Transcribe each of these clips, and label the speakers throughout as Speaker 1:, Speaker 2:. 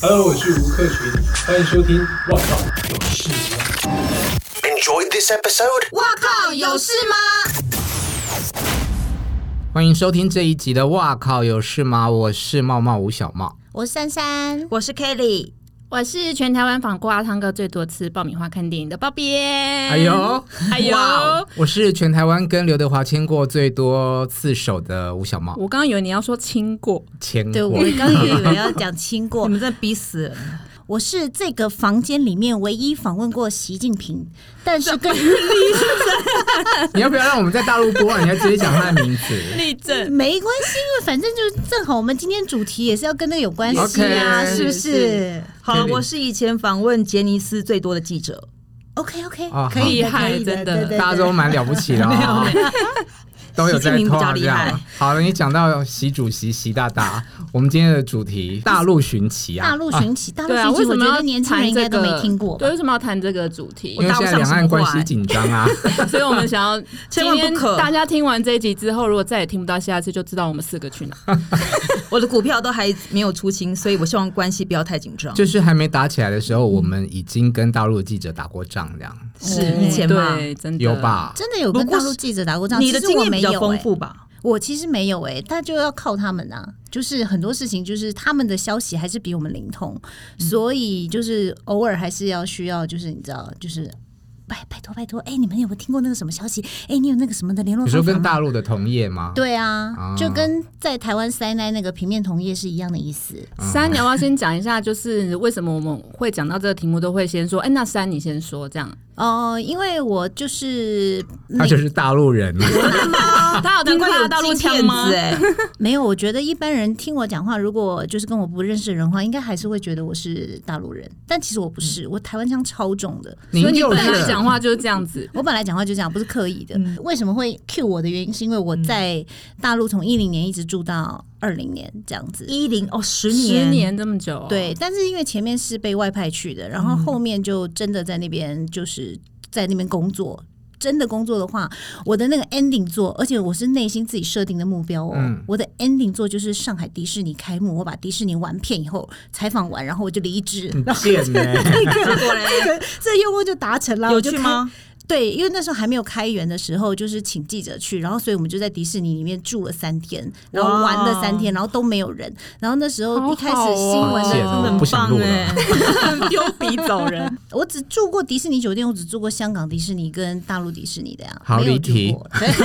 Speaker 1: Hello，我是吴克群，欢迎收听《我靠有事吗》。
Speaker 2: Enjoyed this episode?
Speaker 3: 哇靠，有事吗？
Speaker 4: 欢迎收听这一集的《哇靠有事吗》，我是茂茂吴小茂。
Speaker 3: 我是珊珊，
Speaker 5: 我是 Kelly，
Speaker 6: 我是全台湾访瓜汤哥最多次爆米花看电影的包边。
Speaker 4: 哎呦，
Speaker 6: 哎呦！
Speaker 4: 我是全台湾跟刘德华牵过最多次手的吴小茂，
Speaker 6: 我刚刚以为你要说亲过，
Speaker 4: 牵
Speaker 5: 对我
Speaker 4: 过。
Speaker 5: 刚以为要讲亲过
Speaker 6: 你，们真的逼死人！
Speaker 5: 我是这个房间里面唯一访问过习近平，但是跟
Speaker 4: 你要不要让我们在大陆播啊？你要直接讲他的名字。
Speaker 6: 立正，
Speaker 5: 没关系，因为反正就正好我们今天主题也是要跟那个有关系啊
Speaker 4: OK
Speaker 5: 是不
Speaker 6: 是
Speaker 5: 是
Speaker 7: 好了，
Speaker 4: Kelly
Speaker 7: 我是以前访问杰尼斯最多的记者，
Speaker 5: ？OK OK，
Speaker 4: 啊
Speaker 5: 可以
Speaker 6: 厉害
Speaker 5: 可以
Speaker 6: 真
Speaker 5: 的，
Speaker 6: 的
Speaker 5: 对对
Speaker 4: 大家
Speaker 5: 对
Speaker 4: 都蛮了不起的啊、 都有在
Speaker 7: 习近
Speaker 4: 偷
Speaker 7: 平比较
Speaker 4: 啊
Speaker 7: 厉
Speaker 4: 这
Speaker 7: 害
Speaker 4: 样。好了，你讲到习主席、习大大， 我们今天的主题大陆寻奇啊，
Speaker 5: 大陆寻奇，大陆
Speaker 6: 对啊，
Speaker 5: 寻
Speaker 6: 为
Speaker 5: 奇，
Speaker 6: 什
Speaker 5: 我
Speaker 6: 么
Speaker 5: 觉
Speaker 6: 要
Speaker 5: 得年轻人应该都没听过
Speaker 6: 谈这个对，
Speaker 5: 吧
Speaker 6: 为。什么要谈这个主题
Speaker 4: 因？为现在两岸关系紧张啊。
Speaker 6: 所以我们想要
Speaker 7: 千
Speaker 6: 今
Speaker 7: 万不可
Speaker 6: 天大家听完这一集之后，如果再也听不到下一次，就知道我们四个去哪。
Speaker 7: 我的股票都还没有出清，所以我希望关系不要太紧张。
Speaker 4: 就是还没打起来的时候，我们已经跟大陆的记者打过仗，这样
Speaker 7: 是嗯以前嘛，
Speaker 6: 嗯对，真的
Speaker 4: 有？吧？
Speaker 5: 真的有跟大陆记者打过仗，
Speaker 7: 你的
Speaker 5: 其实
Speaker 7: 经
Speaker 5: 我
Speaker 7: 验
Speaker 5: 没
Speaker 7: 比
Speaker 5: 有
Speaker 7: 较丰
Speaker 5: 欸
Speaker 7: 富吧？
Speaker 5: 我其实没有诶、但就要靠他们啊。就是很多事情，就是他们的消息还是比我们灵通，
Speaker 7: 嗯
Speaker 5: 所以就是偶尔还是要需要，就是你知道，就是拜拜托拜托，哎、你们有没有听过那个什么消息？哎、你有那个什么的联络
Speaker 4: 你说
Speaker 5: 方
Speaker 4: 跟
Speaker 5: 法嗯吗？
Speaker 4: 大陆的同业吗？
Speaker 5: 对啊，
Speaker 4: 啊
Speaker 5: 就跟在台湾塞奶那个平面同业是一样的意思。
Speaker 6: 三，你要不要先讲一下，就是为什么我们会讲到这个题目，都会先说，哎，那三你先说，这样。
Speaker 5: 哦、因为我就是
Speaker 4: 他就是大陆人啊，
Speaker 6: 他
Speaker 7: 难
Speaker 6: 有听
Speaker 7: 怪
Speaker 6: 过
Speaker 7: 有
Speaker 6: 大陆
Speaker 7: 金
Speaker 6: 腔
Speaker 7: 骗
Speaker 6: 吗
Speaker 7: 子？哎，
Speaker 5: 没有，我觉得一般人听我讲话，如果就是跟我不认识的人的话，应该还是会觉得我是大陆人，但其实我不是，我台湾腔超重的。
Speaker 6: 所以你
Speaker 4: 就
Speaker 6: 本来
Speaker 4: 是
Speaker 6: 讲话就是这样子。
Speaker 5: 我本来讲话就这样，不是刻意的。为什么会 cue 我的原因，是因为我在大陆从一零年一直住到二零年这样子。
Speaker 7: 一零哦，十
Speaker 6: 十
Speaker 7: 年，
Speaker 6: 年这么久、哦，
Speaker 5: 对，但是因为前面是被外派去的，然后后面就真的在那边就是在那边工作。真的工作的话，我的那个 ending 做，而且我是内心自己设定的目标哦。
Speaker 4: 嗯
Speaker 5: 我的 ending 做就是上海迪士尼开幕，我把迪士尼玩遍以后，采访完，然后我就离职，然后
Speaker 4: 贱呢。
Speaker 7: 结果嘞，
Speaker 5: 这愿望就达成了。
Speaker 7: 有
Speaker 5: 我就
Speaker 7: 趣
Speaker 5: 开
Speaker 7: 吗？
Speaker 5: 对，因为那时候还没有开园的时候，就是请记者去，然后所以我们就在迪士尼里面住了三天，然后玩了三天，然后都没有人。然后那时候一开始新闻
Speaker 4: 好
Speaker 5: 的，嗯
Speaker 4: 贱哦
Speaker 7: 真的
Speaker 4: 不
Speaker 7: 很
Speaker 4: 想
Speaker 7: 棒
Speaker 4: 录了
Speaker 7: 哎，
Speaker 6: 丢笔走人。
Speaker 5: 我只住过迪士尼酒店，我只住过香港迪士尼跟大陆迪士尼的呀、
Speaker 4: 好
Speaker 5: 没有
Speaker 4: 离
Speaker 5: 住
Speaker 4: 题
Speaker 5: 过。对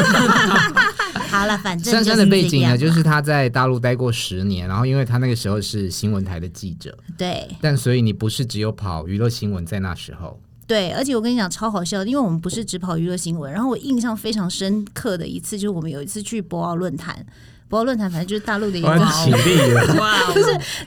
Speaker 5: 好了，反正
Speaker 4: 珊珊
Speaker 5: 就
Speaker 4: 的
Speaker 5: 是
Speaker 4: 背
Speaker 5: 这
Speaker 4: 景
Speaker 5: 样
Speaker 4: 呢，就是他在大陆待过十年，然后因为他那个时候是新闻台的记者，
Speaker 5: 对
Speaker 4: 但所以你不是只有跑娱乐新闻，在那时候
Speaker 5: 对，而且我跟你讲超好笑的，因为我们不是只跑娱乐新闻，然后我印象非常深刻的一次就是我们有一次去博鳌论坛，博鳌论坛反正就是大陆的一个
Speaker 4: 我很起立 了。
Speaker 7: 哇哦，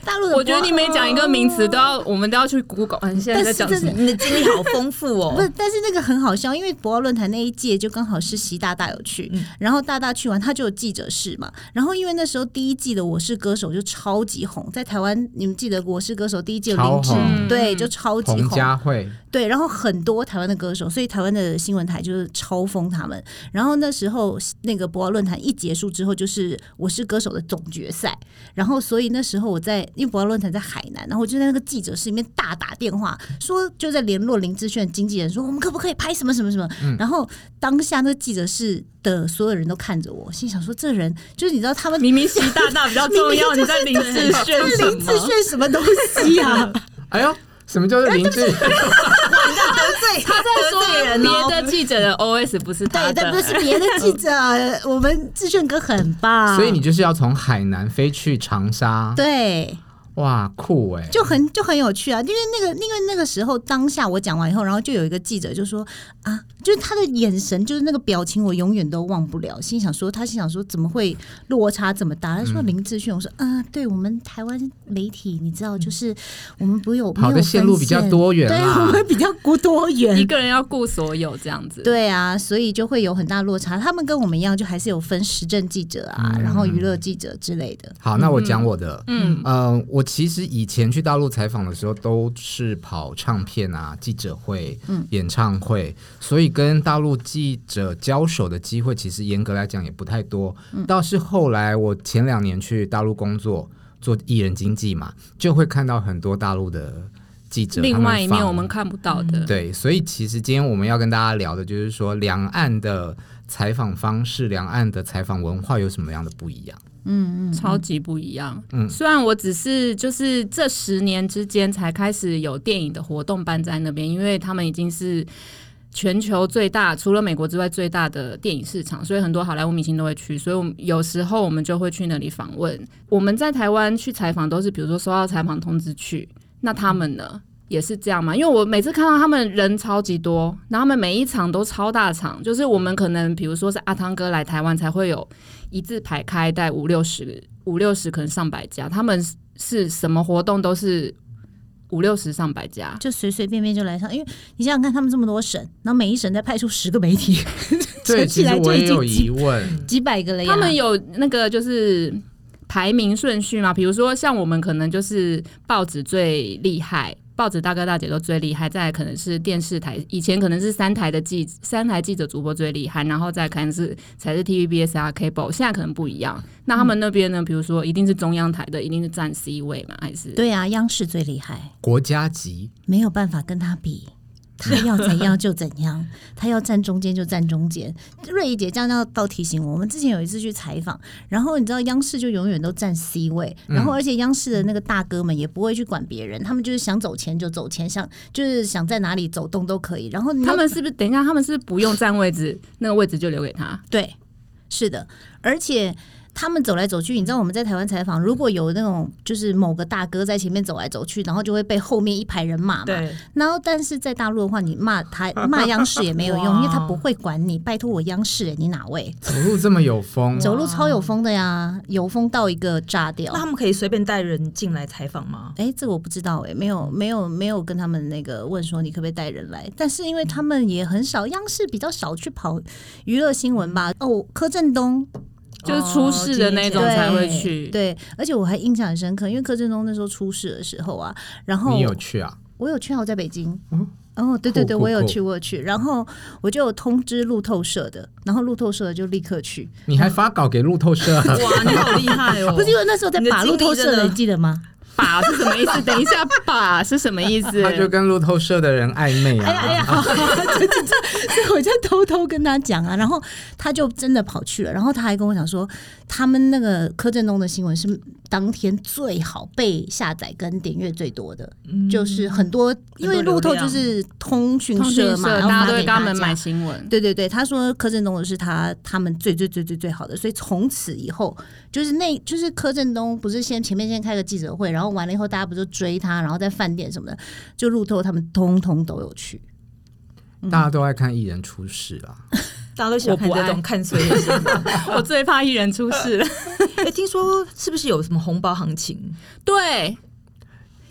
Speaker 5: 大陆的博鳌，
Speaker 6: 我觉得你每讲一个名词都要，我们都要去 Google。嗯，你现在在讲什么？
Speaker 7: 你的经历好丰富
Speaker 5: 不
Speaker 7: 哦
Speaker 5: 是，，但是那个很好笑，因为博鳌论坛那一届就刚好是习大大有去，然后大大去完他就有记者室嘛，然后因为那时候第一季的《我是歌手》就超级红，在台湾你们记得《我是歌手》第一季有林志
Speaker 4: 超红
Speaker 5: 颖，对，就超级
Speaker 4: 彭
Speaker 5: 红，
Speaker 4: 佳慧，
Speaker 5: 对，然后很多台湾的歌手，所以台湾的新闻台就是超疯他们。然后那时候那个博鳌论坛一结束之后，就是《我是歌手》的总决赛。然后所以那时候我在，因为博鳌论坛在海南，然后我就在那个记者室里面大打电话，说就在联络林志炫经纪人说我们可不可以拍什么什么什么。
Speaker 4: 嗯
Speaker 5: 然后当下那个记者室的所有人都看着我，心想说这人就是你知道他们
Speaker 6: 明明习大大比较 重要，你在林志炫
Speaker 5: 这
Speaker 6: 什
Speaker 5: 林志
Speaker 6: 么？
Speaker 5: 炫什么东西 啊？
Speaker 4: 哎呦，什么叫做林
Speaker 5: 哎
Speaker 4: 志？
Speaker 7: 得罪
Speaker 6: 他在
Speaker 7: 得罪
Speaker 6: 说
Speaker 7: 人哦
Speaker 6: 别的记者的 OS 不是他
Speaker 5: 对，但不
Speaker 6: 的。
Speaker 5: 是别的记者，我们志炫哥很 棒。
Speaker 4: 所以你就是要从海南飞去长沙，
Speaker 5: 对，
Speaker 4: 哇，酷哎！
Speaker 5: 就很就很有趣啊，因为那个因为那个时候当下我讲完以后，然后就有一个记者就说啊，就是他的眼神，就是那个表情，我永远都忘不了。心想说，他心想说怎么会落差这么大？他
Speaker 4: 嗯
Speaker 5: 说林志炫，我说啊，对我们台湾媒体，你知道，就是我们不有没有
Speaker 4: 嗯跑的线路比较
Speaker 5: 分线
Speaker 4: 多元
Speaker 5: 对
Speaker 4: 啦
Speaker 5: 我们比较孤多
Speaker 6: 一
Speaker 5: 元。
Speaker 6: 个人要顾所有这样子，
Speaker 5: 对啊，所以就会有很大落差。他们跟我们一样，就还是有分时政记者啊，
Speaker 4: 嗯
Speaker 5: 然后娱乐记者之类的。
Speaker 4: 好，那我讲我的。
Speaker 6: 嗯
Speaker 4: 嗯，呃，我其实以前去大陆采访的时候，都是跑唱片啊、记者会、
Speaker 6: 嗯
Speaker 4: 演唱会，所以跟大陆记者交手的机
Speaker 6: 嗯
Speaker 4: 会，其实严格来讲也不太多。倒是后来我前两年去大陆工作，做艺人经纪嘛，就会看到很多大陆的记者。
Speaker 6: 另外一
Speaker 4: 他
Speaker 6: 面
Speaker 4: 放
Speaker 6: 我们看不到
Speaker 5: 嗯
Speaker 6: 的，
Speaker 4: 对，所以其实今天我们要跟大家聊的就是说，两岸的采访方式、两岸的采访文化有什么样的不一 样？
Speaker 6: 超级不一样。虽然我只是就是这十年之间才开始有电影的活动搬在那边，因为他们已经是。全球最大，除了美国之外最大的电影市场，所以很多好莱坞明星都会去。所以，我们有时候我们就会去那里访问。我们在台湾去采访都是，比如说收到采访通知去，那他们呢也是这样嘛？因为我每次看到他们人超级多，然后他们每一场都超大场，就是我们可能比如说是阿汤哥来台湾才会有一字排开，带五六十、五六十可能上百家，他们是什么活动都是五六十上百家，
Speaker 5: 就随随便便就来上，因为你想想看，他们这么多省，然后每一省再派出十个媒体，
Speaker 4: 对，
Speaker 5: 扯起
Speaker 4: 其实
Speaker 5: 来
Speaker 4: 我
Speaker 5: 就
Speaker 4: 也
Speaker 5: 已
Speaker 4: 有
Speaker 5: 经
Speaker 4: 疑
Speaker 5: 几
Speaker 4: 问。
Speaker 5: 几百个了哎呀。
Speaker 6: 他们有那个就是排名顺序嘛，比如说像我们可能就是报纸最厉害。报纸大哥大姐都最厉害，再来可能是电视台，以前可能是三台的记三台记者主播最厉害，然后再可能是才是 TVBS 啊 Cable，现在可能不一样。那他们那边呢？比如说一定是中央台的，一定是占 C 位嘛，还是
Speaker 5: 对啊，央视最厉害，
Speaker 4: 国家级
Speaker 5: 没有办法跟他比。他要怎样就怎样， 他要站中间就站中间。瑞怡姐这样要倒提醒我，我们之前有一次去采访，然后你知道央视就永远都站 C 位，
Speaker 6: 嗯
Speaker 5: 然后而且央视的那个大哥们也不会去管别人，他们就是想走前就走前，想就是想在哪里走动都可以。然后你要
Speaker 6: 他们是不是？等一下，他们是不是不用占位置，那个位置就留给他。
Speaker 5: 对，是的，而且他们走来走去，你知道我们在台湾采访，如果有那种就是某个大哥在前面走来走去，然后就会被后面一排人骂嘛。
Speaker 7: 对，
Speaker 5: 然后，但是在大陆的话，你骂他骂央视也 没有用，因为他不会管你。拜托我央视、欸，你哪位？
Speaker 4: 走路这么有风，
Speaker 5: 走路超有风的呀，有风到一个炸掉
Speaker 7: 那。他们可以随便带人进来采访吗？
Speaker 5: 哎，这个我不知道哎、没有没有没有跟他们那个问说你可不可以带人来，但是因为他们也很少，央视比较少去跑娱乐新闻吧。哦，柯震东
Speaker 6: 就是出事的那种
Speaker 5: 对
Speaker 6: 才会去。
Speaker 5: 对，而且我还印象很深刻，因为柯震东那时候出事的时候啊，然后
Speaker 4: 你有去啊？
Speaker 5: 我有去啊，我在北京。哦，对对对，
Speaker 4: 酷酷
Speaker 5: 我有
Speaker 4: 酷
Speaker 5: 去，我有去，然后我就有通知路透社的，然后路透社的就立刻去，
Speaker 4: 你还发稿给路透社、 啊？
Speaker 7: 哇，你好厉害哦！
Speaker 5: 不是因为那时候在
Speaker 7: 你的
Speaker 5: 把
Speaker 7: 经
Speaker 5: 路
Speaker 7: 历
Speaker 5: 透社
Speaker 7: 真的
Speaker 5: 的，你记得吗？
Speaker 6: 把是什么意思？等一下，把是什么意 思？
Speaker 4: 他就跟路透社的人暧昧啊！
Speaker 5: 哎呀哎呀，好这这这，这我在偷偷跟他讲啊，然后他就真的跑去了，然后他还跟我讲说，他们那个柯震东的新闻是当天最好被下载跟点阅最多的，
Speaker 7: 嗯
Speaker 5: 就是很多因为
Speaker 7: 很多
Speaker 5: 路透
Speaker 7: 流量
Speaker 5: 就是通讯
Speaker 6: 通
Speaker 5: 社
Speaker 6: 讯
Speaker 5: 嘛，
Speaker 6: 社，
Speaker 5: 然后
Speaker 6: 大家都
Speaker 5: 发
Speaker 6: 会
Speaker 5: 给
Speaker 6: 跟他们
Speaker 5: 家
Speaker 6: 买新闻。
Speaker 5: 对对对，他说柯震东的是他他们最最最最最好的，所以从此以后就是那就是柯震东不是先前面先开个记者会，然后完了以后大家不就追他，然后在饭店什么的，就路透他们通通都有去。
Speaker 4: 大家都爱看艺人出事啊！
Speaker 7: 大家都喜欢看
Speaker 6: 我不爱
Speaker 7: 这种看衰的 新闻。
Speaker 6: 我最怕艺人出事了。
Speaker 7: 哎，听说是不是有什么红包行情？
Speaker 6: 对，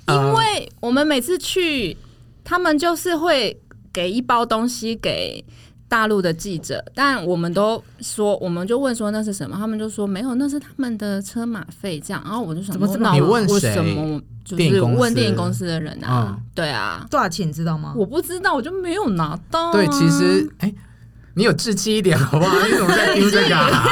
Speaker 4: 嗯
Speaker 6: 因
Speaker 4: 啊
Speaker 6: 为我们每次去，他们就是会给一包东西给。大陆的记者，但我们都说，我们就问说那是什么，他们就说没有，那是他们的车马费这样。然后我就想
Speaker 7: 怎么
Speaker 6: 说，
Speaker 7: 这么
Speaker 6: 那
Speaker 4: 好
Speaker 6: 我
Speaker 4: 你问
Speaker 6: 我
Speaker 4: 谁
Speaker 6: 什么？就
Speaker 4: 电影
Speaker 6: 是
Speaker 4: 公司嗯
Speaker 6: 问电影公司的人啊，对啊，
Speaker 7: 多少钱你知道吗？
Speaker 6: 我不知道，我就没有拿到、啊。
Speaker 4: 对，其实哎、你有志气一点好不好？你怎么在盯这个、 啊？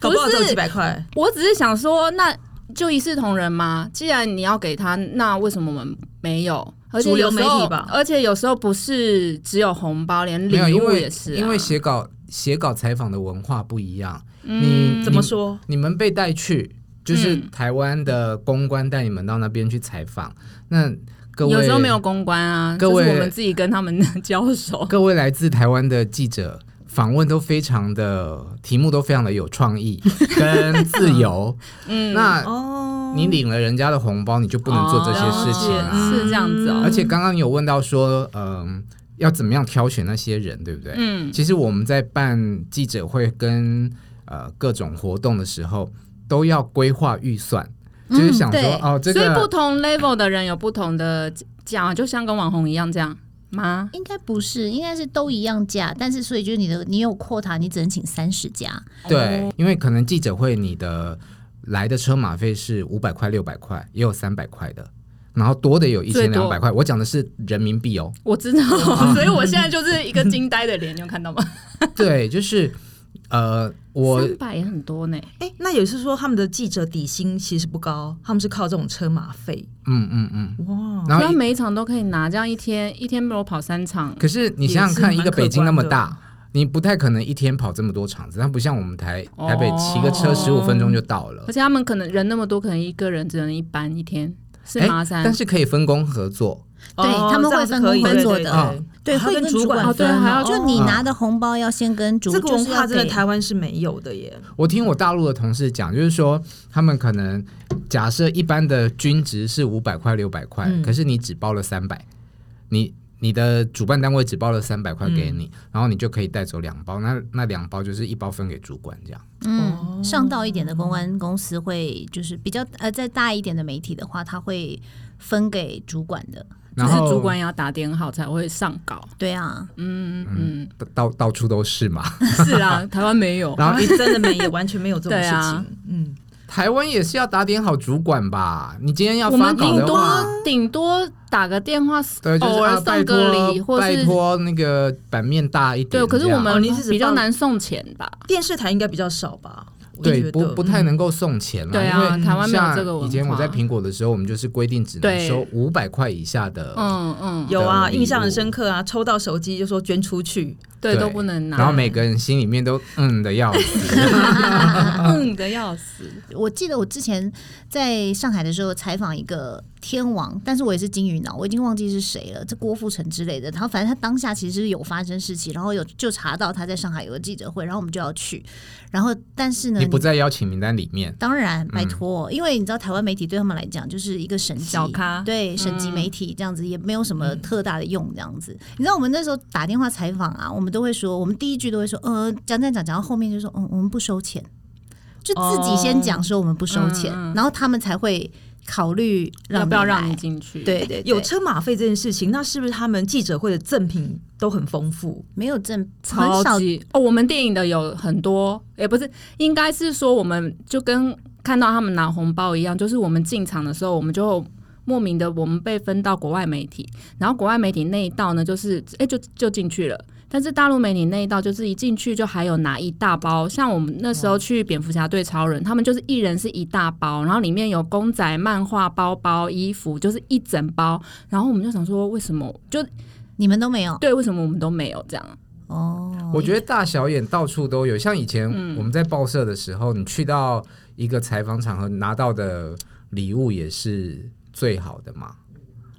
Speaker 7: 搞不好
Speaker 6: 不是
Speaker 7: 只有几百块。
Speaker 6: 我只是想说，那就一视同仁嘛。既然你要给他，那为什么我们没有？而且
Speaker 7: 主流
Speaker 6: 有时候
Speaker 7: 媒体吧
Speaker 6: 而且有时候不是只有红包，连
Speaker 4: 没有，
Speaker 6: 礼
Speaker 4: 因
Speaker 6: 物
Speaker 4: 为
Speaker 6: 也是、啊
Speaker 4: 因为写稿写稿采访的文化不一样。你
Speaker 7: 怎么？说？
Speaker 4: 你你们被带去，就是
Speaker 6: 嗯
Speaker 4: 台湾的公关带你们到那边去采访。那各位
Speaker 6: 有时候没有公关啊，
Speaker 4: 各位
Speaker 6: 就是我们自己跟他们 交手。
Speaker 4: 哦各位来自台湾的记者访问都非常的题目都非常的有创 意跟自由。嗯，那
Speaker 7: 哦，
Speaker 4: 你领了人家的红包，你就不能做这些事情
Speaker 6: 哦
Speaker 4: 啊。
Speaker 6: 是这样子哦。
Speaker 4: 而且刚刚你有问到说，嗯、要怎么样挑选那些人，对不对？
Speaker 6: 嗯，
Speaker 4: 其实我们在办记者会跟呃各种活动的时候，都要规划预算，就是想说、
Speaker 5: 对
Speaker 4: 哦，这
Speaker 6: 嗯所以不
Speaker 4: 个
Speaker 6: 同 level 的人有不同的讲，就像跟网红一样这样吗？
Speaker 5: 应该不是，应该是都一样价，但是所以就是你的你有扩塔，你只能请三十家，
Speaker 6: 哦
Speaker 4: 对，因为可能记者会你的来的车马费是五百块、六百块，也有三百块的。然后多的有一
Speaker 6: 最
Speaker 4: 千
Speaker 6: 多
Speaker 4: 两百块，我讲的是人民币哦。
Speaker 6: 我知道， 所以我现在就是一个惊呆的脸，你有看到吗？
Speaker 4: 对，就是呃，我
Speaker 6: 三百也很多呢。
Speaker 7: 哎、那也是说他们的记者底薪其实不高，他们是靠这种车马费。
Speaker 4: 嗯嗯嗯，
Speaker 7: 哇，
Speaker 4: 然
Speaker 6: 只
Speaker 4: 后
Speaker 6: 要每一场都可以拿，这样一天一天如果跑三场，
Speaker 4: 可是你想想看，
Speaker 7: 也是
Speaker 4: 一
Speaker 7: 蛮
Speaker 4: 个北京那么
Speaker 7: 可观
Speaker 4: 大，你不太可能一天跑这么多场子，它不像我们台
Speaker 6: 哦
Speaker 4: 台北骑个车十五分钟就到了
Speaker 6: 而。且他们可能人那么多，可能一个人只能一班一天，是
Speaker 4: 哎
Speaker 6: 麻三。
Speaker 4: 但是可以分工合作，
Speaker 5: 对
Speaker 7: 哦
Speaker 5: 他们
Speaker 7: 这样
Speaker 5: 会
Speaker 7: 是
Speaker 5: 分
Speaker 7: 可以
Speaker 5: 工分
Speaker 7: 对
Speaker 5: 作
Speaker 7: 对
Speaker 5: 的
Speaker 7: 对
Speaker 5: 对，
Speaker 7: 还要
Speaker 5: 会
Speaker 7: 跟
Speaker 5: 跟
Speaker 7: 主
Speaker 5: 主
Speaker 7: 管
Speaker 5: 管
Speaker 6: 分
Speaker 5: 分
Speaker 6: 哦对还要
Speaker 5: 就你拿的红包要先跟主，
Speaker 7: 这个文
Speaker 5: 就是
Speaker 7: 化
Speaker 5: 要
Speaker 7: 真的
Speaker 5: 给
Speaker 7: 台湾是没有的 耶。
Speaker 4: 我听我大陆的同事讲，就是说他们可能假设一般的均值是五百块六百块，
Speaker 6: 嗯
Speaker 4: 可是你只包了三百，你你的主办单位只包了三百块给你，
Speaker 6: 嗯
Speaker 4: 然后你就可以带走两包，那那两包就是一包分给主管这样。
Speaker 5: 嗯，上到一点的公
Speaker 4: 哦
Speaker 5: 关公司会就是比较呃，再大一点的媒体的话，他会分给主管的。
Speaker 4: 然
Speaker 6: 就
Speaker 4: 后
Speaker 6: 是主管也要打点好才会上稿。
Speaker 5: 对啊，
Speaker 6: 嗯嗯，
Speaker 4: 到到处都是嘛，
Speaker 6: 是啊，台湾没有。
Speaker 4: 然后一
Speaker 7: 真的没有，完全没有这种事
Speaker 6: 对啊
Speaker 7: 情。嗯，
Speaker 4: 台湾也是要打点好主管吧？你今天要
Speaker 6: 我
Speaker 4: 发
Speaker 6: 们
Speaker 4: 稿
Speaker 6: 顶
Speaker 4: 的话
Speaker 6: 多，顶多打个电话，
Speaker 4: 对，就是
Speaker 6: 偶
Speaker 4: 啊
Speaker 6: 尔
Speaker 4: 拜
Speaker 6: 送个礼，
Speaker 4: 托
Speaker 6: 或
Speaker 4: 拜
Speaker 6: 是
Speaker 4: 托那个版面大一点这
Speaker 6: 对。
Speaker 4: 样。
Speaker 6: 可是我
Speaker 7: 哦
Speaker 6: 们
Speaker 7: 你是指
Speaker 6: 比较
Speaker 7: 报
Speaker 6: 难送钱吧？
Speaker 7: 电视台应该比较少吧？我
Speaker 4: 对
Speaker 7: 觉
Speaker 4: 不
Speaker 7: 得嗯
Speaker 4: 不太能够送钱了，
Speaker 6: 嗯对啊
Speaker 4: 因为
Speaker 6: 台湾没有
Speaker 4: 像
Speaker 6: 这个文
Speaker 4: 以前我
Speaker 6: 化
Speaker 4: 在苹果的时候，我们就是规定只能
Speaker 6: 对
Speaker 4: 收五百块以下的，
Speaker 6: 嗯嗯，
Speaker 7: 有啊，
Speaker 4: 的礼物
Speaker 7: 印象很深刻啊，抽到手机就说捐出去，
Speaker 6: 对，都不能拿。
Speaker 4: 然后每个人心里面都嗯的要死，
Speaker 6: 嗯的要死。
Speaker 5: 我记得我之前在上海的时候采访一个天王，但是我也是金鱼脑，我已经忘记是谁了，这郭富城之类的。然后反正他当下其实有发生事情，然后有就查到他在上海有个记者会，然后我们就要去，然后但是呢，
Speaker 4: 你不在邀请名单里面。
Speaker 5: 当
Speaker 6: 嗯
Speaker 5: 然，拜托，因为你知道台湾媒体对他们来讲就是一个省级
Speaker 6: 小咖嗯
Speaker 5: 对省级媒体这样子、也没有什么特大的用这样子。你知道我们那时候打电话采访啊，我们都会说，我们第一句都会说，呃，讲讲讲讲到后面就说，嗯，我们不收钱，就自己先讲说我们不收钱，
Speaker 6: 嗯嗯
Speaker 5: 然后他们才会考虑让
Speaker 6: 要不要让
Speaker 5: 你
Speaker 6: 你
Speaker 5: 来。
Speaker 6: 进去？
Speaker 5: 对对对，
Speaker 7: 有车马费这件事情，那是不是他们记者会的赠品都很丰富？
Speaker 5: 没有证很
Speaker 6: 超
Speaker 5: 少
Speaker 6: 级哦，我们电影的有很多，也不是，应该是说我们就跟看到他们拿红包一样，就是我们进场的时候，我们就莫名的我们被分到国外媒体，然后国外媒体那一道呢，就是哎、就就进去了。但是大陆媒体那一道，就是一进去就还有拿一大包，像我们那时候去蝙蝠侠对超人，他们就是一人是一大包，然后里面有公仔、漫画、包包、衣服，就是一整包。然后我们就想说，为什么就
Speaker 5: 你们都没有
Speaker 6: 对，为什么我们都没有这样？
Speaker 5: 哦。
Speaker 4: 我觉得大小眼到处都有，像以前
Speaker 6: 嗯
Speaker 4: 我们在报社的时候，你去到一个采访场合拿到的礼物也是最好的嘛。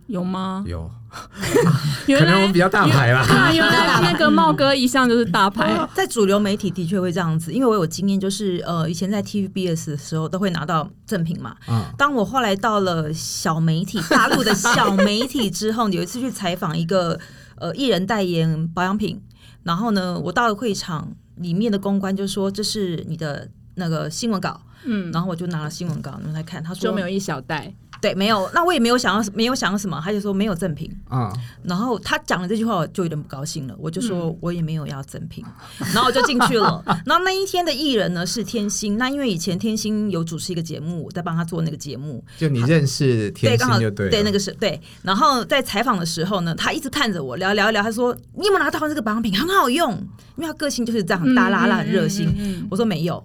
Speaker 6: 有吗？
Speaker 4: 有，可
Speaker 6: 哦原
Speaker 4: 能我们
Speaker 6: 来
Speaker 4: 比较大牌啦。
Speaker 6: 啊，原来那个茂哥一向就是大 牌，
Speaker 7: 在主流媒体的确会这样子，因为我有经验，就是呃，以前在 TVBS 的时候都会拿到赠品嘛。
Speaker 4: 嗯
Speaker 7: 当我后来到了小媒体，大陆的小媒体之后，有一次去采访一个呃艺人代言保养品，然后呢，我到了会场里面的公关就说这是你的那个新闻稿，
Speaker 6: 嗯，
Speaker 7: 然后我就拿了新闻稿，然后来看，他说
Speaker 6: 就没有一小袋，
Speaker 7: 对没有，那我也没有想要没有想要什么，他就说没有赠品，
Speaker 4: 嗯，
Speaker 7: 然后他讲了这句话，我就有点不高兴了，我就说
Speaker 4: 嗯
Speaker 7: 我也没有要赠品，然后我就进去 了。然后那一天的艺人呢是天心，那因为以前天心有主持一个节目，我在帮他做那个节目，
Speaker 4: 就你认识天
Speaker 7: 刚好
Speaker 4: 心就对了，
Speaker 7: 那个是对。然后在采访的时候呢，他一直看着我聊聊一聊，他说你有没有拿到这个保养品，很好用，因为他个性就是这样很大拉拉、很热
Speaker 4: 嗯
Speaker 7: 心。我说没有，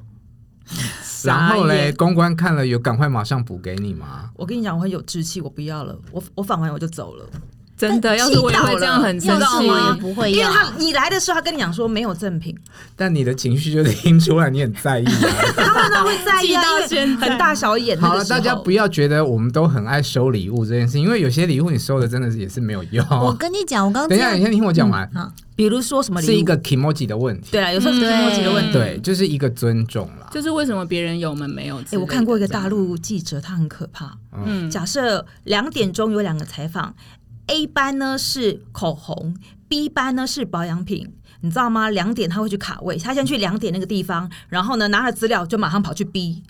Speaker 4: 然后
Speaker 6: 傻
Speaker 4: 嘞，
Speaker 6: 眼
Speaker 4: 公关看了有赶快马上补给你吗？
Speaker 7: 我跟你讲，我很有志气，我不要了，我我访完我就走了。
Speaker 6: 真的，要是我也会这样很生
Speaker 5: 要是
Speaker 6: 气
Speaker 5: 我也不
Speaker 4: 哎
Speaker 5: 会
Speaker 7: 因为
Speaker 5: 要，
Speaker 7: 他你来的时候，他跟你讲说没有赠 品，
Speaker 4: 但你的情绪就听出来你很在意、啊。
Speaker 7: 他们都会在意啊，
Speaker 6: 气
Speaker 7: 因
Speaker 6: 到
Speaker 7: 为
Speaker 6: 现在
Speaker 7: 很大小眼。
Speaker 4: 好
Speaker 7: 那
Speaker 4: 了，
Speaker 7: 个时候
Speaker 4: 大家不要觉得我们都很爱收礼物这件事，因为有些礼物你收的真的是也是没有用。
Speaker 5: 我跟你讲，我刚刚
Speaker 4: 等一下，
Speaker 5: 这样
Speaker 4: 你先听我讲完，
Speaker 7: 啊比如说嗯什么礼物
Speaker 4: 是一个嗯 emoji 的问题。
Speaker 7: 对啊，有时候是经过几个问题。
Speaker 4: 对，就是一个尊重啦。
Speaker 6: 就是为什么别人有我们没有之类
Speaker 7: 哎、
Speaker 6: 的？
Speaker 7: 我看过一个大陆记者，他很可怕。
Speaker 6: 嗯
Speaker 7: 假设两点钟有两个采访，A 班呢是口红，B 班呢是保养品。你知道吗？两点他会去卡位，他先去两点那个地方，然后呢拿了资料就马上跑去 B，、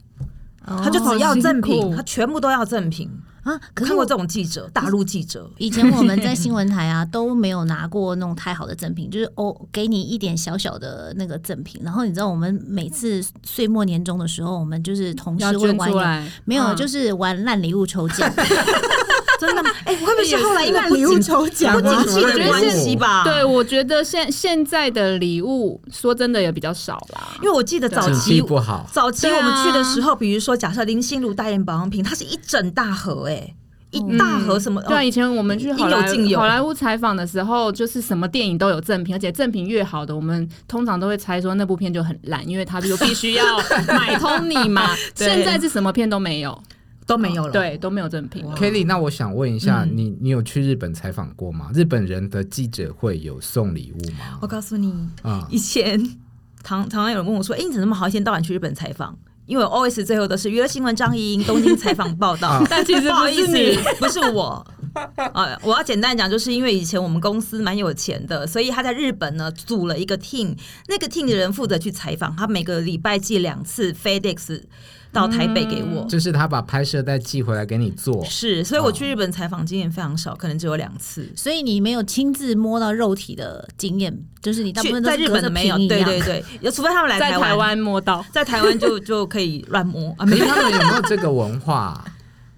Speaker 7: 他就只要赠
Speaker 6: 好辛
Speaker 7: 品，
Speaker 6: 苦
Speaker 7: 他全部都要赠品。
Speaker 5: 啊，可
Speaker 7: 我看
Speaker 5: 是
Speaker 7: 过
Speaker 5: 我
Speaker 7: 这种记者，大陆记者，
Speaker 5: 以前我们在新闻台啊都没有拿过那种太好的赠品，就是哦给你一点小小的那个赠品。然后你知道我们每次岁末年终的时候，我们就是同
Speaker 6: 要
Speaker 5: 事会
Speaker 6: 捐
Speaker 5: 玩一
Speaker 6: 出
Speaker 5: 个
Speaker 6: 来，
Speaker 5: 没有，
Speaker 6: 嗯
Speaker 5: 就是玩烂礼物抽奖。
Speaker 7: 真的吗？哎、我会不会而且后来因为不
Speaker 5: 流
Speaker 7: 景
Speaker 5: 酬奖
Speaker 7: 不景气
Speaker 4: 啊我觉
Speaker 7: 的
Speaker 4: 得
Speaker 7: 关
Speaker 4: 是
Speaker 7: 系吧，
Speaker 6: 对，我觉得现现在的礼物，说真的也比较少啦
Speaker 7: 因。为我记得早
Speaker 4: 景气
Speaker 7: 期
Speaker 4: 不好
Speaker 7: 早期
Speaker 6: 对
Speaker 7: 我
Speaker 6: 啊
Speaker 7: 们去的时候，比如说假设林心如代言保养品，它是一整大盒哎、一大盒什么？
Speaker 6: 对啊，
Speaker 7: 哦
Speaker 6: 以前我们去好莱
Speaker 7: 应有尽有
Speaker 6: 好莱坞采访的时候，就是什么电影都有赠品，而且赠品越好的，我们通常都会猜说那部片就很烂，因为它就必须 要买通你嘛。
Speaker 7: 对
Speaker 6: 现在是什么片都没有，哦
Speaker 7: 都没有了。
Speaker 6: 对，都没有赠品了。
Speaker 4: Kelly，那我想问一下，你你有去日本采访过吗？日本人的记者会有送礼物吗
Speaker 7: 我？告诉你，
Speaker 4: 啊、
Speaker 7: 以前常常常有人问我说：“哎、你怎么那么好，一天到晚去日本采访？”因为 always 最后都是娱乐新闻张怡莹东京采访 报道，
Speaker 6: 但啊其实不是
Speaker 7: 不好意思
Speaker 6: 你，
Speaker 7: 不是我。呃，我要简单讲，就是因为以前我们公司蛮有钱的，所以他在日本呢组了一个 team，那个 team 的人负责去采访，他每个礼拜寄两次 FedEx 到台北给我。
Speaker 4: 就是他把拍摄带寄回来给你做，
Speaker 7: 是，所以我去日本采访经验非常少，可能只有两次。
Speaker 5: 所以你没有亲自摸到肉体的经验，就是你大部
Speaker 7: 去
Speaker 5: 分都
Speaker 7: 在
Speaker 5: 是
Speaker 7: 日
Speaker 5: 隔
Speaker 7: 本
Speaker 5: 着啊
Speaker 7: 的没有，
Speaker 5: 屏一
Speaker 7: 对
Speaker 5: 样
Speaker 7: 对对，有除非他们来
Speaker 6: 在
Speaker 7: 台
Speaker 6: 台湾摸到，
Speaker 7: 在台湾就就可以乱摸啊，
Speaker 4: 可
Speaker 7: 没
Speaker 4: 是
Speaker 7: 有
Speaker 4: 他们有没有这个文化？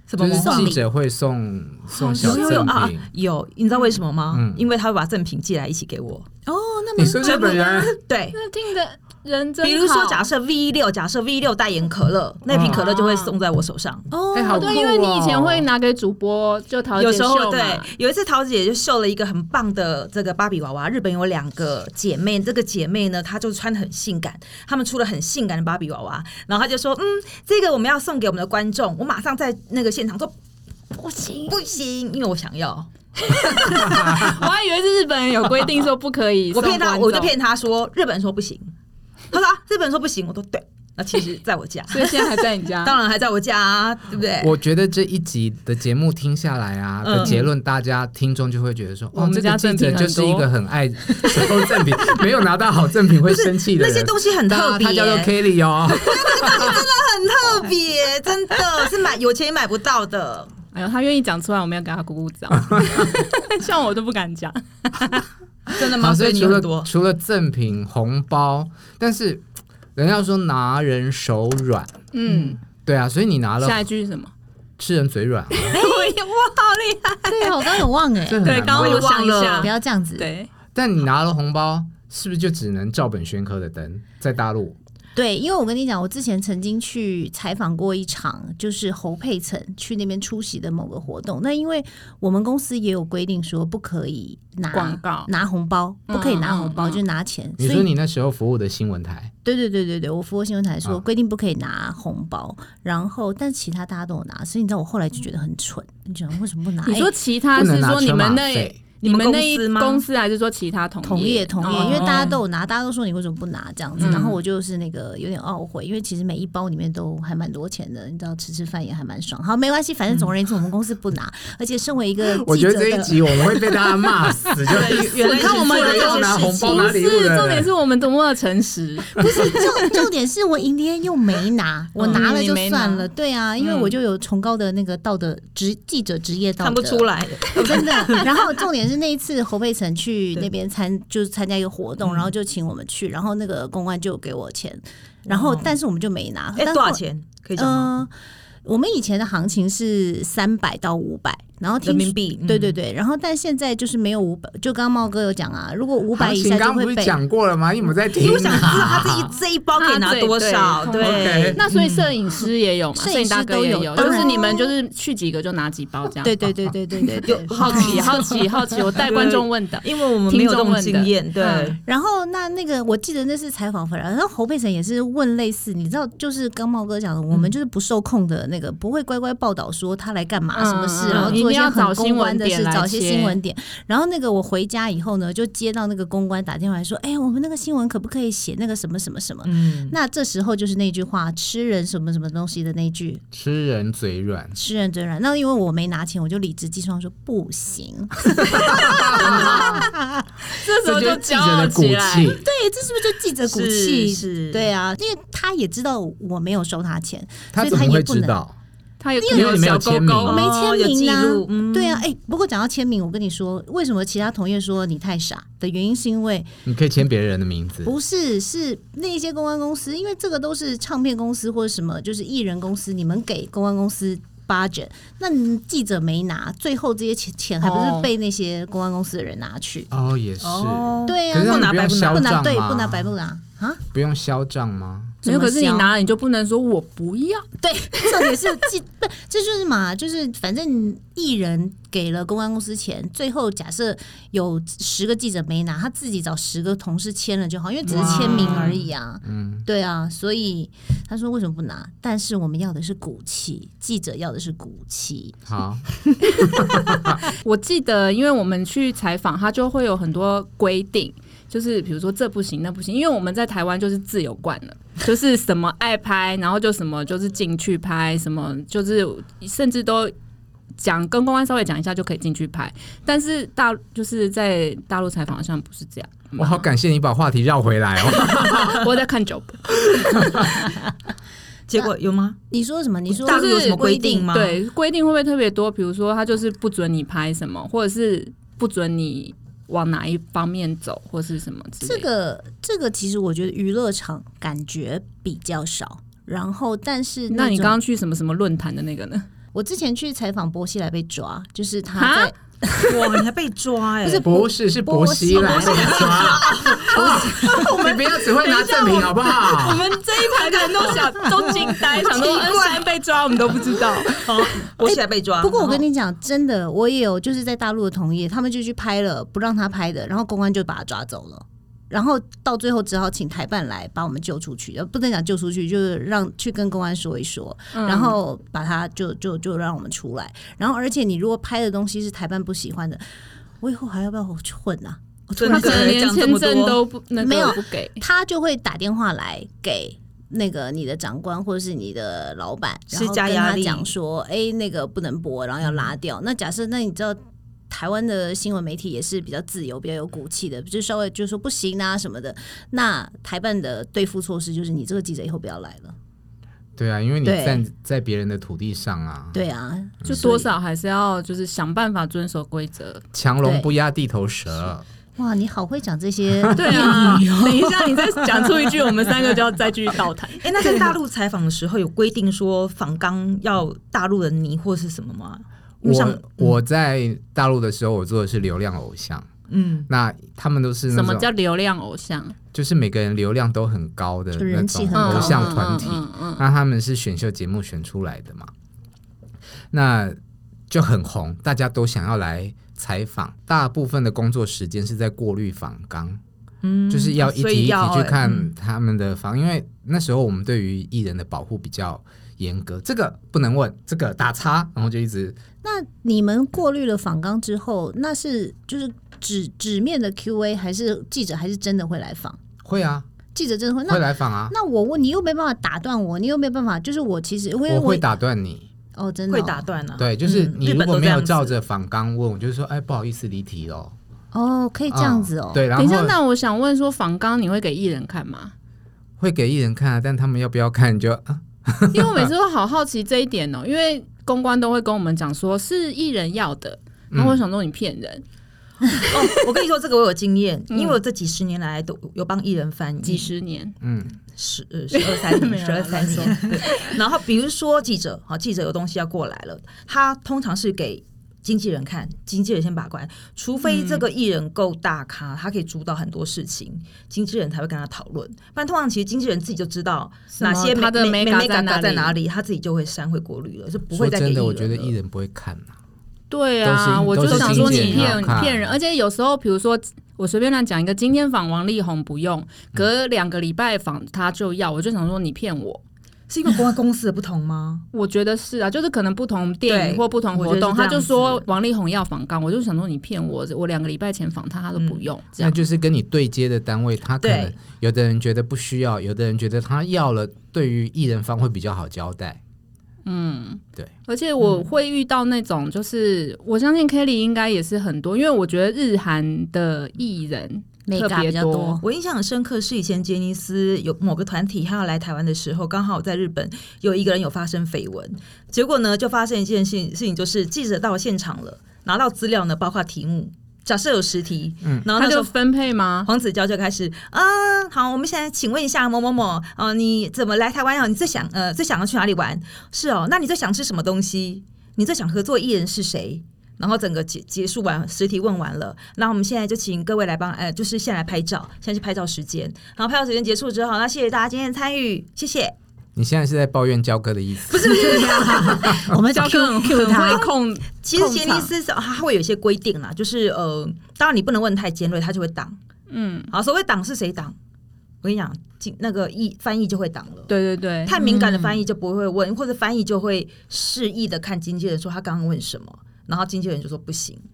Speaker 7: 什么
Speaker 4: 就是
Speaker 7: 文化
Speaker 4: 记者会送送小
Speaker 7: 有有有
Speaker 4: 赠
Speaker 7: 啊
Speaker 4: 品。，
Speaker 7: 有，你知道为什么吗？
Speaker 4: 嗯
Speaker 7: 因为他会把赠品寄来一起给我。
Speaker 5: 哦，那
Speaker 4: 你
Speaker 5: 么
Speaker 4: 是日本人，
Speaker 7: 对，
Speaker 6: 那听的人真
Speaker 7: 比如说
Speaker 6: 好
Speaker 7: 假设 V 六，假设 V 六代言可乐，那瓶可乐就会送在我手上。
Speaker 5: 哦
Speaker 4: 哎、好酷、哦！
Speaker 6: 对，因为你以前会拿给主播，就陶姐
Speaker 7: 有时候
Speaker 6: 秀
Speaker 7: 对
Speaker 6: 嘛，
Speaker 7: 有一次桃子姐就秀了一个很棒的这个芭比娃娃，日本有两个姐妹，这个姐妹呢，她就穿的很性感，她们出了很性感的芭比娃娃，然后她就说，嗯，这个我们要送给我们的观众，我马上在那个现场说。不行，不行，因为我想要，
Speaker 6: 我还以为是日本人有规定说不可 以
Speaker 7: 我
Speaker 6: 送
Speaker 7: 骗
Speaker 6: 观众。
Speaker 7: 他，我就骗他说日本说不行，他说啊，日本说不行，我说对，那其实在我家，
Speaker 6: 所以现在还在你家。
Speaker 7: 当然还在我家、啊对不对？
Speaker 4: 我觉得这一集的节目听下来啊，
Speaker 7: 嗯
Speaker 4: 的结论大家听众就会觉得说，
Speaker 6: 我
Speaker 4: 哦，
Speaker 6: 们
Speaker 4: 这个
Speaker 6: 家
Speaker 4: 记
Speaker 6: 赠
Speaker 4: 者
Speaker 6: 品
Speaker 4: 就
Speaker 6: 很
Speaker 4: 是一
Speaker 6: 多
Speaker 4: 个很爱收赠品， 没有拿到好赠品会生气的
Speaker 7: 那
Speaker 4: 人。
Speaker 7: 些东西很特
Speaker 4: 他
Speaker 7: 别、
Speaker 4: 他叫做 Kelly 哦，
Speaker 7: 很特别，真的是买有钱也买不到的。
Speaker 6: 哎呦，他愿意讲出来，我们要给他鼓鼓 掌。像我都不敢讲，
Speaker 7: 真的
Speaker 4: 好，
Speaker 7: 吗？
Speaker 4: 所以
Speaker 7: 你
Speaker 4: 除
Speaker 7: 很
Speaker 4: 了
Speaker 7: 多
Speaker 4: 除了赠品、红包，但是人家说拿人手软，
Speaker 6: 嗯，
Speaker 4: 对啊，所以你拿了
Speaker 6: 下一句是什么？
Speaker 4: 吃人嘴软啊，
Speaker 7: 哎
Speaker 5: 对啊，我刚刚有忘哎、
Speaker 4: 这很
Speaker 6: 对，
Speaker 4: 难
Speaker 6: 刚
Speaker 4: 吗
Speaker 6: 刚我想一下
Speaker 5: 不，要这样子，
Speaker 6: 对，
Speaker 4: 但你拿了红包，是不是就只能照本宣科的登在大陆？
Speaker 5: 对，因为我跟你讲，我之前曾经去采访过一场，就是侯佩岑去那边出席的某个活动。那因为我们公司也有规定说，不可以拿
Speaker 6: 广告
Speaker 5: 拿红包，不可以拿红
Speaker 6: 嗯
Speaker 5: 包，
Speaker 6: 嗯嗯
Speaker 5: 就拿钱。
Speaker 4: 你
Speaker 5: 所
Speaker 4: 说
Speaker 5: 以
Speaker 4: 你那时候服务的新闻台，
Speaker 5: 对对对对对，我服务新闻台说
Speaker 4: 啊
Speaker 5: 规定不可以拿红包，然后但其他大家都有拿，所以你知道我后来就觉得很蠢，你想为什么不拿？
Speaker 6: 你说
Speaker 5: 哎
Speaker 6: 其他
Speaker 4: 不能
Speaker 6: 是
Speaker 4: 拿
Speaker 6: 说你
Speaker 4: 车马
Speaker 6: 们那
Speaker 4: 费。
Speaker 6: 你们那
Speaker 7: 你
Speaker 6: 一
Speaker 7: 们公司吗
Speaker 6: 公司还是说其他同
Speaker 5: 同业同业，
Speaker 6: 哦
Speaker 5: 因为大家都有拿，大家都说你为什么不拿这样子，然后我就是那个有点懊悔，因为其实每一包里面都还蛮多钱的，你知道吃吃饭也还蛮爽。好，没关系，反正总而言之，我们公司不拿，而且身为一个
Speaker 4: 我
Speaker 5: 记
Speaker 4: 觉
Speaker 5: 者
Speaker 4: 得这一
Speaker 5: 的，
Speaker 4: 集我们会被大家骂死，就是
Speaker 7: 原来
Speaker 6: 你看
Speaker 7: 是
Speaker 6: 我们
Speaker 7: 做了
Speaker 6: 有
Speaker 7: 这
Speaker 4: 要
Speaker 7: 些
Speaker 4: 拿
Speaker 7: 事
Speaker 4: 红包
Speaker 6: 不
Speaker 4: 拿礼物的
Speaker 6: 是
Speaker 4: 人，啊
Speaker 6: 重点是我们多么的诚实，
Speaker 5: 不是重 重点是我赢天又没拿，我拿了
Speaker 6: 你
Speaker 5: 就
Speaker 6: 没
Speaker 5: 算
Speaker 6: 拿
Speaker 5: 了，对啊，因为我就有崇高的那个道德职记者职业道德，
Speaker 7: 看不出来，
Speaker 5: 真的。然后重点是那一次侯佩岑去那边参，就是参加一个活动，然后就请我们去，然后那个公关就给我钱，然后但是我们就没拿。
Speaker 7: 哎，
Speaker 5: 但
Speaker 7: 多少？钱可以讲吗？
Speaker 5: 嗯、我们以前的行情是三百到五百，然后听
Speaker 7: 人民币嗯
Speaker 5: 对对对。然后但现在就是没有五百，就刚刚茂哥有讲啊，如果五百
Speaker 4: 行
Speaker 5: 以
Speaker 4: 情
Speaker 5: 下
Speaker 4: 刚
Speaker 5: 就
Speaker 4: 刚不
Speaker 5: 会
Speaker 4: 是
Speaker 5: 被。
Speaker 4: 讲过了吗？因为我们在
Speaker 7: 因
Speaker 4: 听
Speaker 7: 为我想知道他这
Speaker 4: 啊，
Speaker 7: 一这一包可以拿多少？
Speaker 6: 他
Speaker 7: 对
Speaker 6: 最
Speaker 4: 对
Speaker 6: 那所以摄影师也有嘛，
Speaker 5: 摄影师
Speaker 6: 摄影大哥也
Speaker 5: 都有
Speaker 6: 有，
Speaker 5: 当
Speaker 6: 就
Speaker 5: 然
Speaker 6: 是你们就是去几个就拿几包这样。
Speaker 5: 对对对对对 对对，
Speaker 6: 好 奇好奇好奇，我带观众问的。
Speaker 7: 因为我们没有这
Speaker 6: 听众
Speaker 7: 种
Speaker 6: 问的
Speaker 7: 经验，对
Speaker 6: 嗯，
Speaker 5: 然后那那个我记得那是采访回来，然后侯佩岑也是问类似，你知道，就是刚茂哥讲的，
Speaker 6: 嗯
Speaker 5: 我们就是不受控的那个，不会乖乖报道说他来干嘛、
Speaker 6: 嗯
Speaker 5: 什么事，
Speaker 6: 嗯
Speaker 5: 然后做
Speaker 6: 一定
Speaker 5: 些
Speaker 6: 要
Speaker 5: 很
Speaker 6: 找
Speaker 5: 公
Speaker 6: 新
Speaker 5: 关
Speaker 6: 闻
Speaker 5: 的
Speaker 6: 点
Speaker 5: 事，
Speaker 6: 来
Speaker 5: 找一些新
Speaker 6: 切
Speaker 5: 闻点。然后那个我回家以后呢，就接到那个公关打电话来说，哎，我们那个新闻可不可以写那个什么什么什么？
Speaker 7: 嗯，
Speaker 5: 那这时候就是那句话，吃人什么什么东西的那句，
Speaker 4: 吃人嘴软，
Speaker 5: 吃人嘴软。那因为我没拿钱，我就理直气壮说不行。
Speaker 6: 这时
Speaker 4: 这
Speaker 6: 候就
Speaker 4: 就是记
Speaker 6: 骄
Speaker 4: 者
Speaker 6: 傲
Speaker 4: 的骨
Speaker 6: 起来。
Speaker 4: 气。
Speaker 5: 对，这是不是就记者骨
Speaker 7: 是
Speaker 5: 气？
Speaker 7: 是
Speaker 5: 对啊，因为他也知道我没有收他钱，所以
Speaker 4: 怎么
Speaker 5: 也
Speaker 4: 会
Speaker 5: 不
Speaker 4: 知
Speaker 5: 能。
Speaker 4: 道？
Speaker 6: 他有
Speaker 4: 因为你没有
Speaker 6: 小勾
Speaker 4: 签名
Speaker 6: 勾，
Speaker 5: 我没
Speaker 7: 哦
Speaker 5: 签名啊
Speaker 7: 有记录，嗯
Speaker 5: 对啊，哎、不过讲到签名，我跟你说，为什么其他同业说你太傻的原因，是因为
Speaker 4: 你可以签别人的名字，
Speaker 5: 不是是那一些公关公司，因为这个都是唱片公司或者什么，就是艺人公司，你们给公关公司 budget，那你记者没拿，最后这些钱钱还不
Speaker 6: 哦
Speaker 5: 是被那些公关公司的人拿去？
Speaker 4: 哦，也是，
Speaker 7: 哦，
Speaker 5: 嗯对呀、
Speaker 4: 可是他
Speaker 5: 不
Speaker 4: 们
Speaker 5: 拿
Speaker 4: 不
Speaker 5: 白
Speaker 4: 用
Speaker 5: 不拿，
Speaker 4: 销
Speaker 5: 不拿
Speaker 4: 账
Speaker 5: 对，
Speaker 4: 吗
Speaker 5: 不拿白不拿啊！
Speaker 4: 不用销账吗？
Speaker 6: 没有，可是你
Speaker 5: 怎么
Speaker 6: 拿了你就不能说我不要，
Speaker 5: 对，重点是记不，这就是嘛，就是反正艺人给了公关公司钱，最后假设有十个记者没拿，他自己找十个同事签了就好，因为只是签名而已啊。嗯，对啊，所以他说为什么不拿？但是我们要的是骨气，记者要的是骨气。
Speaker 4: 好，
Speaker 6: 我记得，因为我们去采访，他就会有很多规定，就是比如说这不行那不行，因为我们在台湾就是自由惯了， 就是什么爱拍，然后就什么就是进去拍，什么就是甚至都。讲跟公安稍微讲一下就可以进去拍，但是大就是在大陆采访好像不是这样。
Speaker 4: 我好感谢你把话题绕回来哦。
Speaker 6: 我在看脚本，
Speaker 7: 结果有吗？
Speaker 5: 你说什么？你说
Speaker 7: 大陆有什么规
Speaker 5: 定
Speaker 7: 定吗？，
Speaker 6: 对规定会不会特别多？比如说他就是不准你拍什么，或者是不准你往哪一方面走，或是什么之类的。
Speaker 5: 这个这个其实我觉得娱乐场感觉比较少，然后但是
Speaker 6: 那你
Speaker 5: 种
Speaker 6: 刚刚去什么什么论坛的那 个呢？
Speaker 5: 我之前去采访薄熙来被抓，就是他在
Speaker 7: 哇，你还被抓哎、
Speaker 5: 不是
Speaker 4: 不是，是薄熙来被抓。 你不要只会拿赠品好不
Speaker 7: 啊
Speaker 6: 我
Speaker 4: 好？
Speaker 6: 们这一排的人都想都惊呆，想 说恩山被抓，我们都不知道。
Speaker 7: 我起来被抓。
Speaker 5: 不过我跟
Speaker 7: 你
Speaker 5: 你讲，真的，我也有就是在大陆的同业，他们就去拍了不让他拍的，然后公安就把他抓走了。然后到最后只好请台办来把我们救出去，呃，不能讲救出去，就是让去跟公安说一说，
Speaker 6: 嗯
Speaker 5: 然后把他就就就让我们出来。然后而且你如果拍的东西是台办不喜欢的，我以后还要不要混啊？
Speaker 7: 真
Speaker 6: 他可能
Speaker 7: 的
Speaker 6: 连
Speaker 7: 讲这
Speaker 6: 签
Speaker 7: 么
Speaker 6: 证
Speaker 7: 多，
Speaker 6: 都不那个
Speaker 5: 没有
Speaker 6: 不给。
Speaker 7: 嗯
Speaker 5: 他就会打电话来给那个你的长官或者是你的老板，然
Speaker 7: 施
Speaker 5: 后
Speaker 7: 加
Speaker 5: 跟
Speaker 7: 压
Speaker 5: 他
Speaker 7: 力
Speaker 5: 讲说，哎、那个不能播，然后要拉掉。那假设那你知道。台湾的新闻媒体也是比较自由、比较有骨气的，就稍微就说不行啊什么的。那台办的对付措施就是，你这个记者以后不要来了。
Speaker 4: 对啊，因为你
Speaker 5: 对
Speaker 4: 站在别人的土地上啊。
Speaker 5: 对啊，
Speaker 6: 就多少还是要就是想办法遵守规则。
Speaker 4: 强龙不压地头蛇。
Speaker 5: 哇，你好会讲这些。
Speaker 6: 对 啊，等一下你再讲出一句，我们三个就要再 继续倒谈。
Speaker 7: 哎、那在大陆采访的时候有规定说访刚要大陆的泥或是什么吗？因为像
Speaker 4: 我我在大陆的时候，我做的是流量偶像，
Speaker 7: 嗯，
Speaker 4: 那他们都是那
Speaker 6: 什么
Speaker 4: 种
Speaker 6: 叫流量偶像？
Speaker 4: 就是每个人流量都很高的
Speaker 5: 就
Speaker 4: 那
Speaker 5: 人气
Speaker 4: 种
Speaker 5: 很高
Speaker 4: 偶像团体，
Speaker 6: 嗯嗯
Speaker 4: 那他们是选秀节目选出来的嘛，那就很红，大家都想要来采访。大部分的工作时间是在过滤访纲，嗯，就是要一
Speaker 7: 所以
Speaker 4: 题一
Speaker 7: 要
Speaker 4: 题去
Speaker 7: 欸
Speaker 4: 看他们的访，因为那时候我们对于艺人的保护比较严格，这个不能问，这个打叉，然后就一直
Speaker 5: 那你们过滤了访纲之后，那是就是纸纸面的 Q&A，还是记者还是真的会来访？
Speaker 4: 会啊，
Speaker 5: 记者真的会？那
Speaker 4: 会来访啊，
Speaker 5: 那我问你又没办法打断我，你又没办法，就是我其实因为
Speaker 4: 我
Speaker 5: 我
Speaker 4: 会打断你。
Speaker 5: 哦，真的
Speaker 7: 会
Speaker 5: 哦
Speaker 7: 打断啊。
Speaker 4: 对，就是
Speaker 7: 嗯
Speaker 4: 你
Speaker 7: 日
Speaker 4: 如
Speaker 7: 本
Speaker 4: 果
Speaker 7: 都
Speaker 4: 没
Speaker 7: 这
Speaker 4: 有
Speaker 7: 样
Speaker 4: 照
Speaker 7: 子
Speaker 4: 着访纲问，我就是说，哎，不好意思，离题哦。
Speaker 5: 哦，可以这样子哦，
Speaker 4: 啊对，然
Speaker 6: 等一下，
Speaker 4: 后
Speaker 6: 那我想问说，仿纲你会给艺人 看吗？
Speaker 4: 会给艺人看啊，但他们要不要看就啊
Speaker 6: 因为我每次都好好奇这一点哦、因为公关都会跟我们讲说是艺人要的，然
Speaker 4: 嗯
Speaker 6: 后我想说你骗人，
Speaker 7: 哦，我跟你说这个我有经验，因为我这几十年来都有帮艺人翻译，
Speaker 6: 嗯几十年，
Speaker 4: 嗯，
Speaker 7: 十呃十二三
Speaker 6: 没
Speaker 7: 年，
Speaker 6: 有
Speaker 7: 十二
Speaker 6: 啦
Speaker 7: 三年。对，然后比如说记者，好，记者有东西要过来了，他通常是给经纪人看，经纪人先把关，除非
Speaker 6: 嗯
Speaker 7: 这个艺人够大咖，他可以主导很多事情，经纪人才会跟他讨论。不然通常其实经纪人自己就知道
Speaker 6: 么
Speaker 7: 哪些
Speaker 6: 他的
Speaker 7: 美
Speaker 6: mega
Speaker 7: 美
Speaker 6: 在哪
Speaker 7: 嘎
Speaker 6: 里
Speaker 7: 在哪里，他自己就会删会过滤了，是不
Speaker 4: 说
Speaker 7: 会再给
Speaker 4: 真
Speaker 7: 艺
Speaker 4: 的，
Speaker 7: 人
Speaker 4: 我觉得
Speaker 7: 了
Speaker 4: 艺人不会看啊。
Speaker 6: 对
Speaker 4: 都
Speaker 6: 啊，
Speaker 4: 是
Speaker 6: 我就想
Speaker 4: 都
Speaker 6: 说你
Speaker 4: 是经纪
Speaker 6: 骗
Speaker 4: 人啊
Speaker 6: 骗人，而且有时候比如说我随便乱讲一个，今天访王力宏不用，
Speaker 4: 嗯
Speaker 6: 隔两个礼拜访他就要，我就想说你骗我。
Speaker 7: 是因为公关公司的不同吗？
Speaker 6: 我觉得是啊，就是可能不同电影
Speaker 7: 对
Speaker 6: 或不同活
Speaker 7: 我觉得
Speaker 6: 动，
Speaker 7: 是这
Speaker 6: 他
Speaker 7: 样
Speaker 6: 就说
Speaker 7: 子
Speaker 6: 王力宏要访纲，我就想说你骗我，我两个礼拜前访他，他都
Speaker 7: 嗯
Speaker 6: 不用，
Speaker 4: 那
Speaker 6: 这样
Speaker 4: 就是跟你对接的单位，他可能
Speaker 7: 对
Speaker 4: 有的人觉得不需要，有的人觉得他要了，对于艺人方会比较好交代。
Speaker 6: 而且我
Speaker 4: 嗯
Speaker 6: 会遇到那种，就是、我相信 Kelly 应该也是很多，因为我觉得日韩的艺人
Speaker 5: 美
Speaker 6: 特
Speaker 5: 感
Speaker 6: 别
Speaker 5: 比较
Speaker 6: 多
Speaker 5: 多。
Speaker 7: 我印象很深刻是以前杰尼斯有某个团体，他要来台湾的时候，刚好在日本有一个人有发生绯闻，结果呢就发生一件事情，事情就是记者到了现场了，拿到资料呢，包括题目。假设有十题，嗯，然后那
Speaker 6: 他
Speaker 7: 时
Speaker 6: 就
Speaker 7: 候
Speaker 6: 分配吗？
Speaker 7: 黄子佼就开始，嗯，好，我们现在请问一下某某某，哦，你怎么来台湾啊？你最想呃最想要去哪里玩？是哦，那你最想吃什么东西？你最想合作艺人是谁？然后整个结结束完实体问完了，那我们现在就请各位来帮，呃，就是现在来拍照，现在是拍照时间。然后拍照时间结束之后，那谢谢大家今天的参与，谢谢。
Speaker 4: 你现在是在抱怨焦哥的 意思？
Speaker 5: 我们
Speaker 6: 教哥很
Speaker 5: Q
Speaker 6: 很
Speaker 5: 他
Speaker 6: 会控，
Speaker 7: 其实杰尼斯是它会有一些规定啦，就是呃，当然你不能问太尖锐，他就会挡。
Speaker 6: 嗯，
Speaker 7: 好，所谓挡是谁挡？我跟你讲，进那个译翻译就会挡了。
Speaker 6: 对对对，
Speaker 7: 太敏感的
Speaker 6: 嗯
Speaker 7: 翻译就不会问，或者翻译就会示意的看经纪人说他刚刚问什么，然后经纪人就说不行。
Speaker 6: 嗯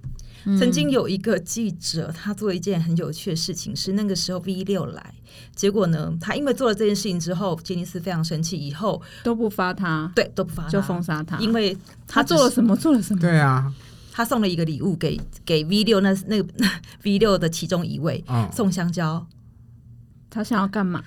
Speaker 7: 曾经有一个记者，他做一件很有趣的事情，是那个时候 V 六来，结果呢，他因为做了这件事情之后，杰尼斯非常生气，以后
Speaker 6: 都不发他，
Speaker 7: 对都不发他
Speaker 6: 就封杀他，
Speaker 7: 因为他
Speaker 6: 他做了
Speaker 7: 么？
Speaker 6: 什么？做了什么？
Speaker 4: 对啊，
Speaker 7: 他送了一个礼物给给 V 六那那个 V 六的其中一位，
Speaker 4: 嗯
Speaker 7: 送香蕉，
Speaker 6: 他想要干嘛？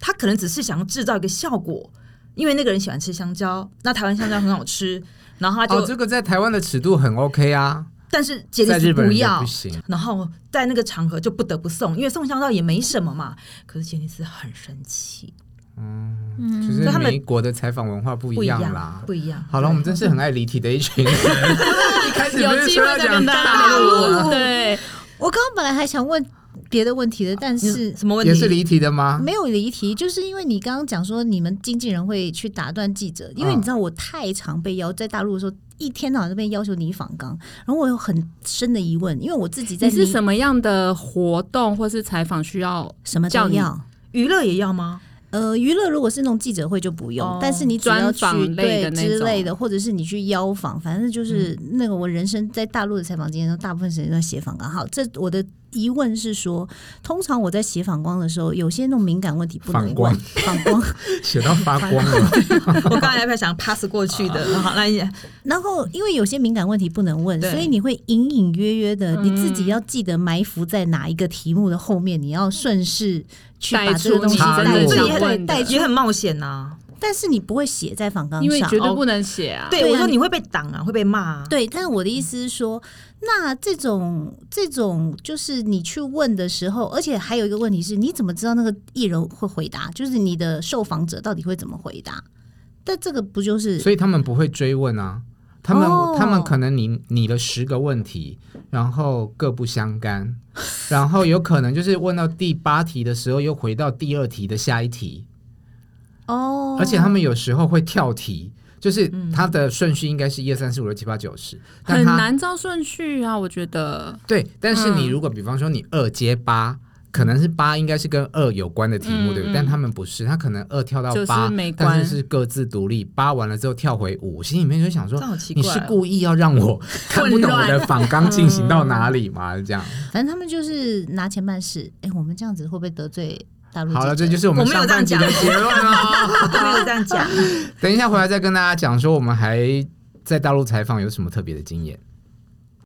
Speaker 7: 他可能只是想要制造一个效果，因为那个人喜欢吃香蕉，那台湾香蕉很好吃，然后他就、
Speaker 4: 哦，这个在台湾的尺度很 OK 啊，
Speaker 7: 但是杰尼
Speaker 4: 在日
Speaker 7: 斯
Speaker 4: 本
Speaker 7: 不
Speaker 4: 人就
Speaker 7: 要
Speaker 4: 不，行。
Speaker 7: 然后在那个场合就不得不送，因为送香蕉也没什么嘛。可是杰尼斯很生气，
Speaker 5: 嗯
Speaker 4: 就
Speaker 7: 嗯所以
Speaker 4: 是
Speaker 7: 他们
Speaker 4: 每一国的采访文化不
Speaker 7: 不
Speaker 4: 一
Speaker 7: 一
Speaker 4: 样
Speaker 7: 样
Speaker 4: 啦，。
Speaker 7: 不一样。
Speaker 4: 好了，我们真是很爱离题的一群人。一开始不
Speaker 6: 有
Speaker 4: 是
Speaker 6: 机
Speaker 4: 说要
Speaker 6: 会再
Speaker 4: 讲
Speaker 6: 跟大家
Speaker 4: 大陆
Speaker 6: 录，
Speaker 4: 吗，
Speaker 6: 对，
Speaker 5: 我刚刚本来还想问别的问题的，但是
Speaker 7: 什么问题？
Speaker 4: 也是离题的吗？
Speaker 5: 没有离题，就是因为你刚刚讲说你们经纪人会去打断记者，因为
Speaker 4: 嗯
Speaker 5: 你知道我太常被要在大陆的时候，一天到晚都被要求你访纲，然后我有很深的疑问，因为我自己在
Speaker 6: 你是什
Speaker 5: 么
Speaker 6: 么样的活动或是采访需要
Speaker 5: 什么
Speaker 6: 叫
Speaker 5: 都
Speaker 6: 你
Speaker 5: 要。
Speaker 7: 娱乐也要 吗？
Speaker 5: 呃，娱乐如果是那种记者会就不用，
Speaker 7: 哦
Speaker 5: 但是你只要去
Speaker 6: 专访类的
Speaker 5: 对
Speaker 6: 那
Speaker 5: 之
Speaker 6: 种嗯
Speaker 5: 类的，或者是你去邀访，反正就是那个我人生在大陆的采访经验中，大部分时间都在写访纲。好，这我的疑问是说，通常我在写访纲的时候，有些那种敏感问题不能
Speaker 4: 反光
Speaker 5: 问，反光，
Speaker 4: 写到发光了。
Speaker 7: 我刚才还想 pass 过去
Speaker 4: 啊
Speaker 7: 的。好，那也
Speaker 5: 然后，因为有些敏感问题不能问，
Speaker 7: 对
Speaker 5: 所以你会隐隐约约的，你自
Speaker 6: 嗯
Speaker 5: 己要记得埋伏在哪一个题目的后面，你要顺势去把这个东西
Speaker 4: 带出
Speaker 5: 带
Speaker 4: 你真的
Speaker 6: 想
Speaker 5: 对
Speaker 6: 问的
Speaker 5: 带
Speaker 7: 也
Speaker 5: 出，
Speaker 7: 很冒险呐、
Speaker 5: 但是你不会写在访纲上，
Speaker 6: 因为绝对
Speaker 5: 哦
Speaker 6: 不能写啊。
Speaker 7: 对，
Speaker 5: 对啊
Speaker 7: 我说
Speaker 5: 你
Speaker 7: 你会被挡啊，会被骂、啊。
Speaker 5: 对。但是我
Speaker 4: 嗯
Speaker 5: 的意思是说，那这种这种就是你去问的时候，而且还有一个问题是，你怎么知道那个艺人会回答？就是你的受访者到底会怎么回答？但这个不就是
Speaker 4: 所以他们不会追问啊。他们、
Speaker 5: 哦
Speaker 4: 他们可能你拟了十个问题，然后各不相干，然后有可能就是问到第八题的时候，又回到第二题的下一题，
Speaker 5: 哦？
Speaker 4: 而且他们有时候会跳题，就是它的顺序应该是一二三四五六七八九十，但
Speaker 6: 很
Speaker 4: 它
Speaker 6: 难照顺序啊，我觉得。
Speaker 4: 对，但是你
Speaker 6: 嗯
Speaker 4: 如果比方说你二接八。可能是八，应该是跟二有关的题目，
Speaker 6: 嗯
Speaker 4: 对不对？
Speaker 6: 嗯
Speaker 4: 但他们不是，他可能二跳到
Speaker 6: 就是
Speaker 4: 八
Speaker 6: 没，关
Speaker 4: 但是是各自独立。八完了之后跳回五，心里面就想说
Speaker 7: 这好奇：怪
Speaker 4: 你
Speaker 7: 哦
Speaker 4: 是故意要 让我看不懂我的仿纲进行到哪里吗？ 这样
Speaker 5: 反正他们就是拿钱办事。哎、我们这样子会不会得罪大陆记者？
Speaker 4: 好了，这就是我们
Speaker 7: 我没有
Speaker 4: 上
Speaker 7: 这样
Speaker 4: 半集的
Speaker 7: 讲
Speaker 4: 结 论哦。
Speaker 7: 都没有这样讲。
Speaker 4: 等一下回来再跟大家讲说，我们还在大陆采访有什么特别的经验。